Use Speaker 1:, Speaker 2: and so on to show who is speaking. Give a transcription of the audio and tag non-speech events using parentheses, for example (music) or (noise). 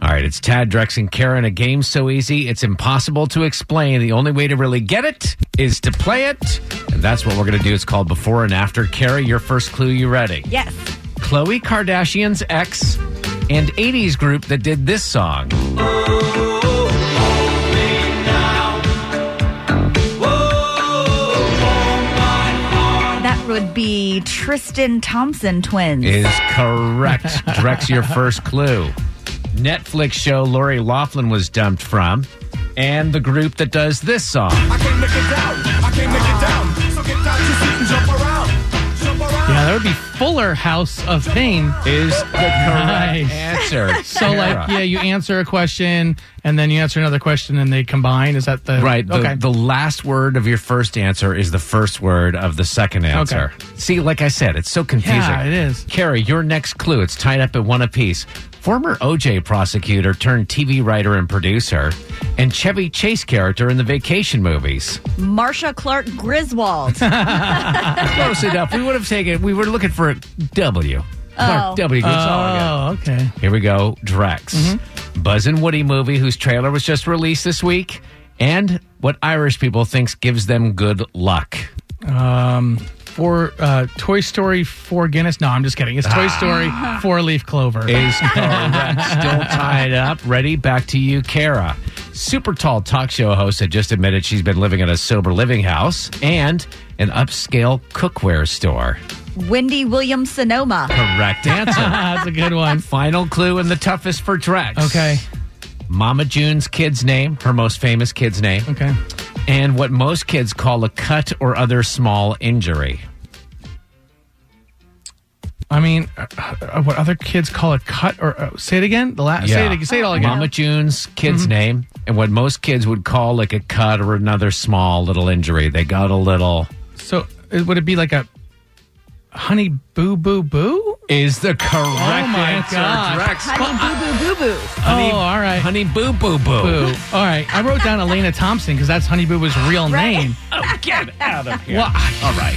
Speaker 1: All right, it's Tad, Drex, and Karen. A game so easy, it's impossible to explain. The only way to really get it is to play it. And that's what we're going to do. It's called Before and After. Carrie, your first clue, you ready?
Speaker 2: Yes.
Speaker 1: Chloe Kardashian's ex and 80s group that did this song.
Speaker 2: That would be Tristan Thompson twins.
Speaker 1: Is
Speaker 3: (laughs)
Speaker 1: correct. Drex, your first clue. Netflix show Lori Laughlin was dumped from, and the group that does this song.
Speaker 4: I can't make it down. I can't make it down. So get out your seat and jump around. Jump around.
Speaker 3: Yeah, that would be Fuller House of Pain.
Speaker 1: Is the correct
Speaker 3: Nice.
Speaker 1: answer.
Speaker 3: So, like, yeah, you answer a question and then you answer another question and they combine. Is that the
Speaker 1: (laughs) Right. The,
Speaker 3: okay.
Speaker 1: the last word of your first answer is the first word of the second answer. See, like I said, it's so confusing.
Speaker 3: Yeah, it is.
Speaker 1: Carrie, your next clue. It's tied up at one apiece. Former OJ prosecutor turned TV writer and producer, and Chevy Chase character in the vacation movies.
Speaker 2: Marsha Clark
Speaker 1: (laughs)
Speaker 2: Griswold.
Speaker 1: Close enough. We would have taken, we were looking for a W. Clark
Speaker 2: Oh.
Speaker 1: W. That's all I got.
Speaker 3: oh, Mm-hmm. okay.
Speaker 1: Here we go, Drex. Buzz and Woody movie whose trailer was just released this week, and what Irish people thinks gives them good luck.
Speaker 3: Four uh, Toy Story Four Guinness. No, I'm just kidding. It's
Speaker 1: Ah.
Speaker 3: Toy Story Four Leaf Clover. (laughs)
Speaker 1: Is correct. Still tied up. Ready? Back to you, Kara. Super tall talk show host had just admitted she's been living in a sober living house and an upscale cookware store.
Speaker 2: Wendy Williams Sonoma.
Speaker 1: Correct answer.
Speaker 3: (laughs) That's a good one.
Speaker 1: Final clue and the toughest for Drex.
Speaker 3: Okay.
Speaker 1: Mama June's kid's name, her most famous kid's name.
Speaker 3: Okay.
Speaker 1: and what most kids call a cut or other small injury.
Speaker 3: I mean, uh, uh, what other kids call it cut or uh, say it again? The last say it say it all again. Mm-hmm.
Speaker 1: Mama June's kid's name, and what most kids would call like a cut or another small little injury. They got a little
Speaker 3: So uh, would it be like a honey boo boo boo?
Speaker 1: is the correct
Speaker 3: Oh my
Speaker 1: answer.
Speaker 3: gosh.
Speaker 1: Drex.
Speaker 2: Honey Boo Boo Boo Boo.
Speaker 1: Honey,
Speaker 3: oh, all right.
Speaker 1: honey boo boo boo.
Speaker 3: Boo. All right. I wrote down Elena Thompson because that's Honey Boo Boo's real
Speaker 2: Right.
Speaker 3: name.
Speaker 1: Oh, get out of here.
Speaker 3: Well,
Speaker 1: All right.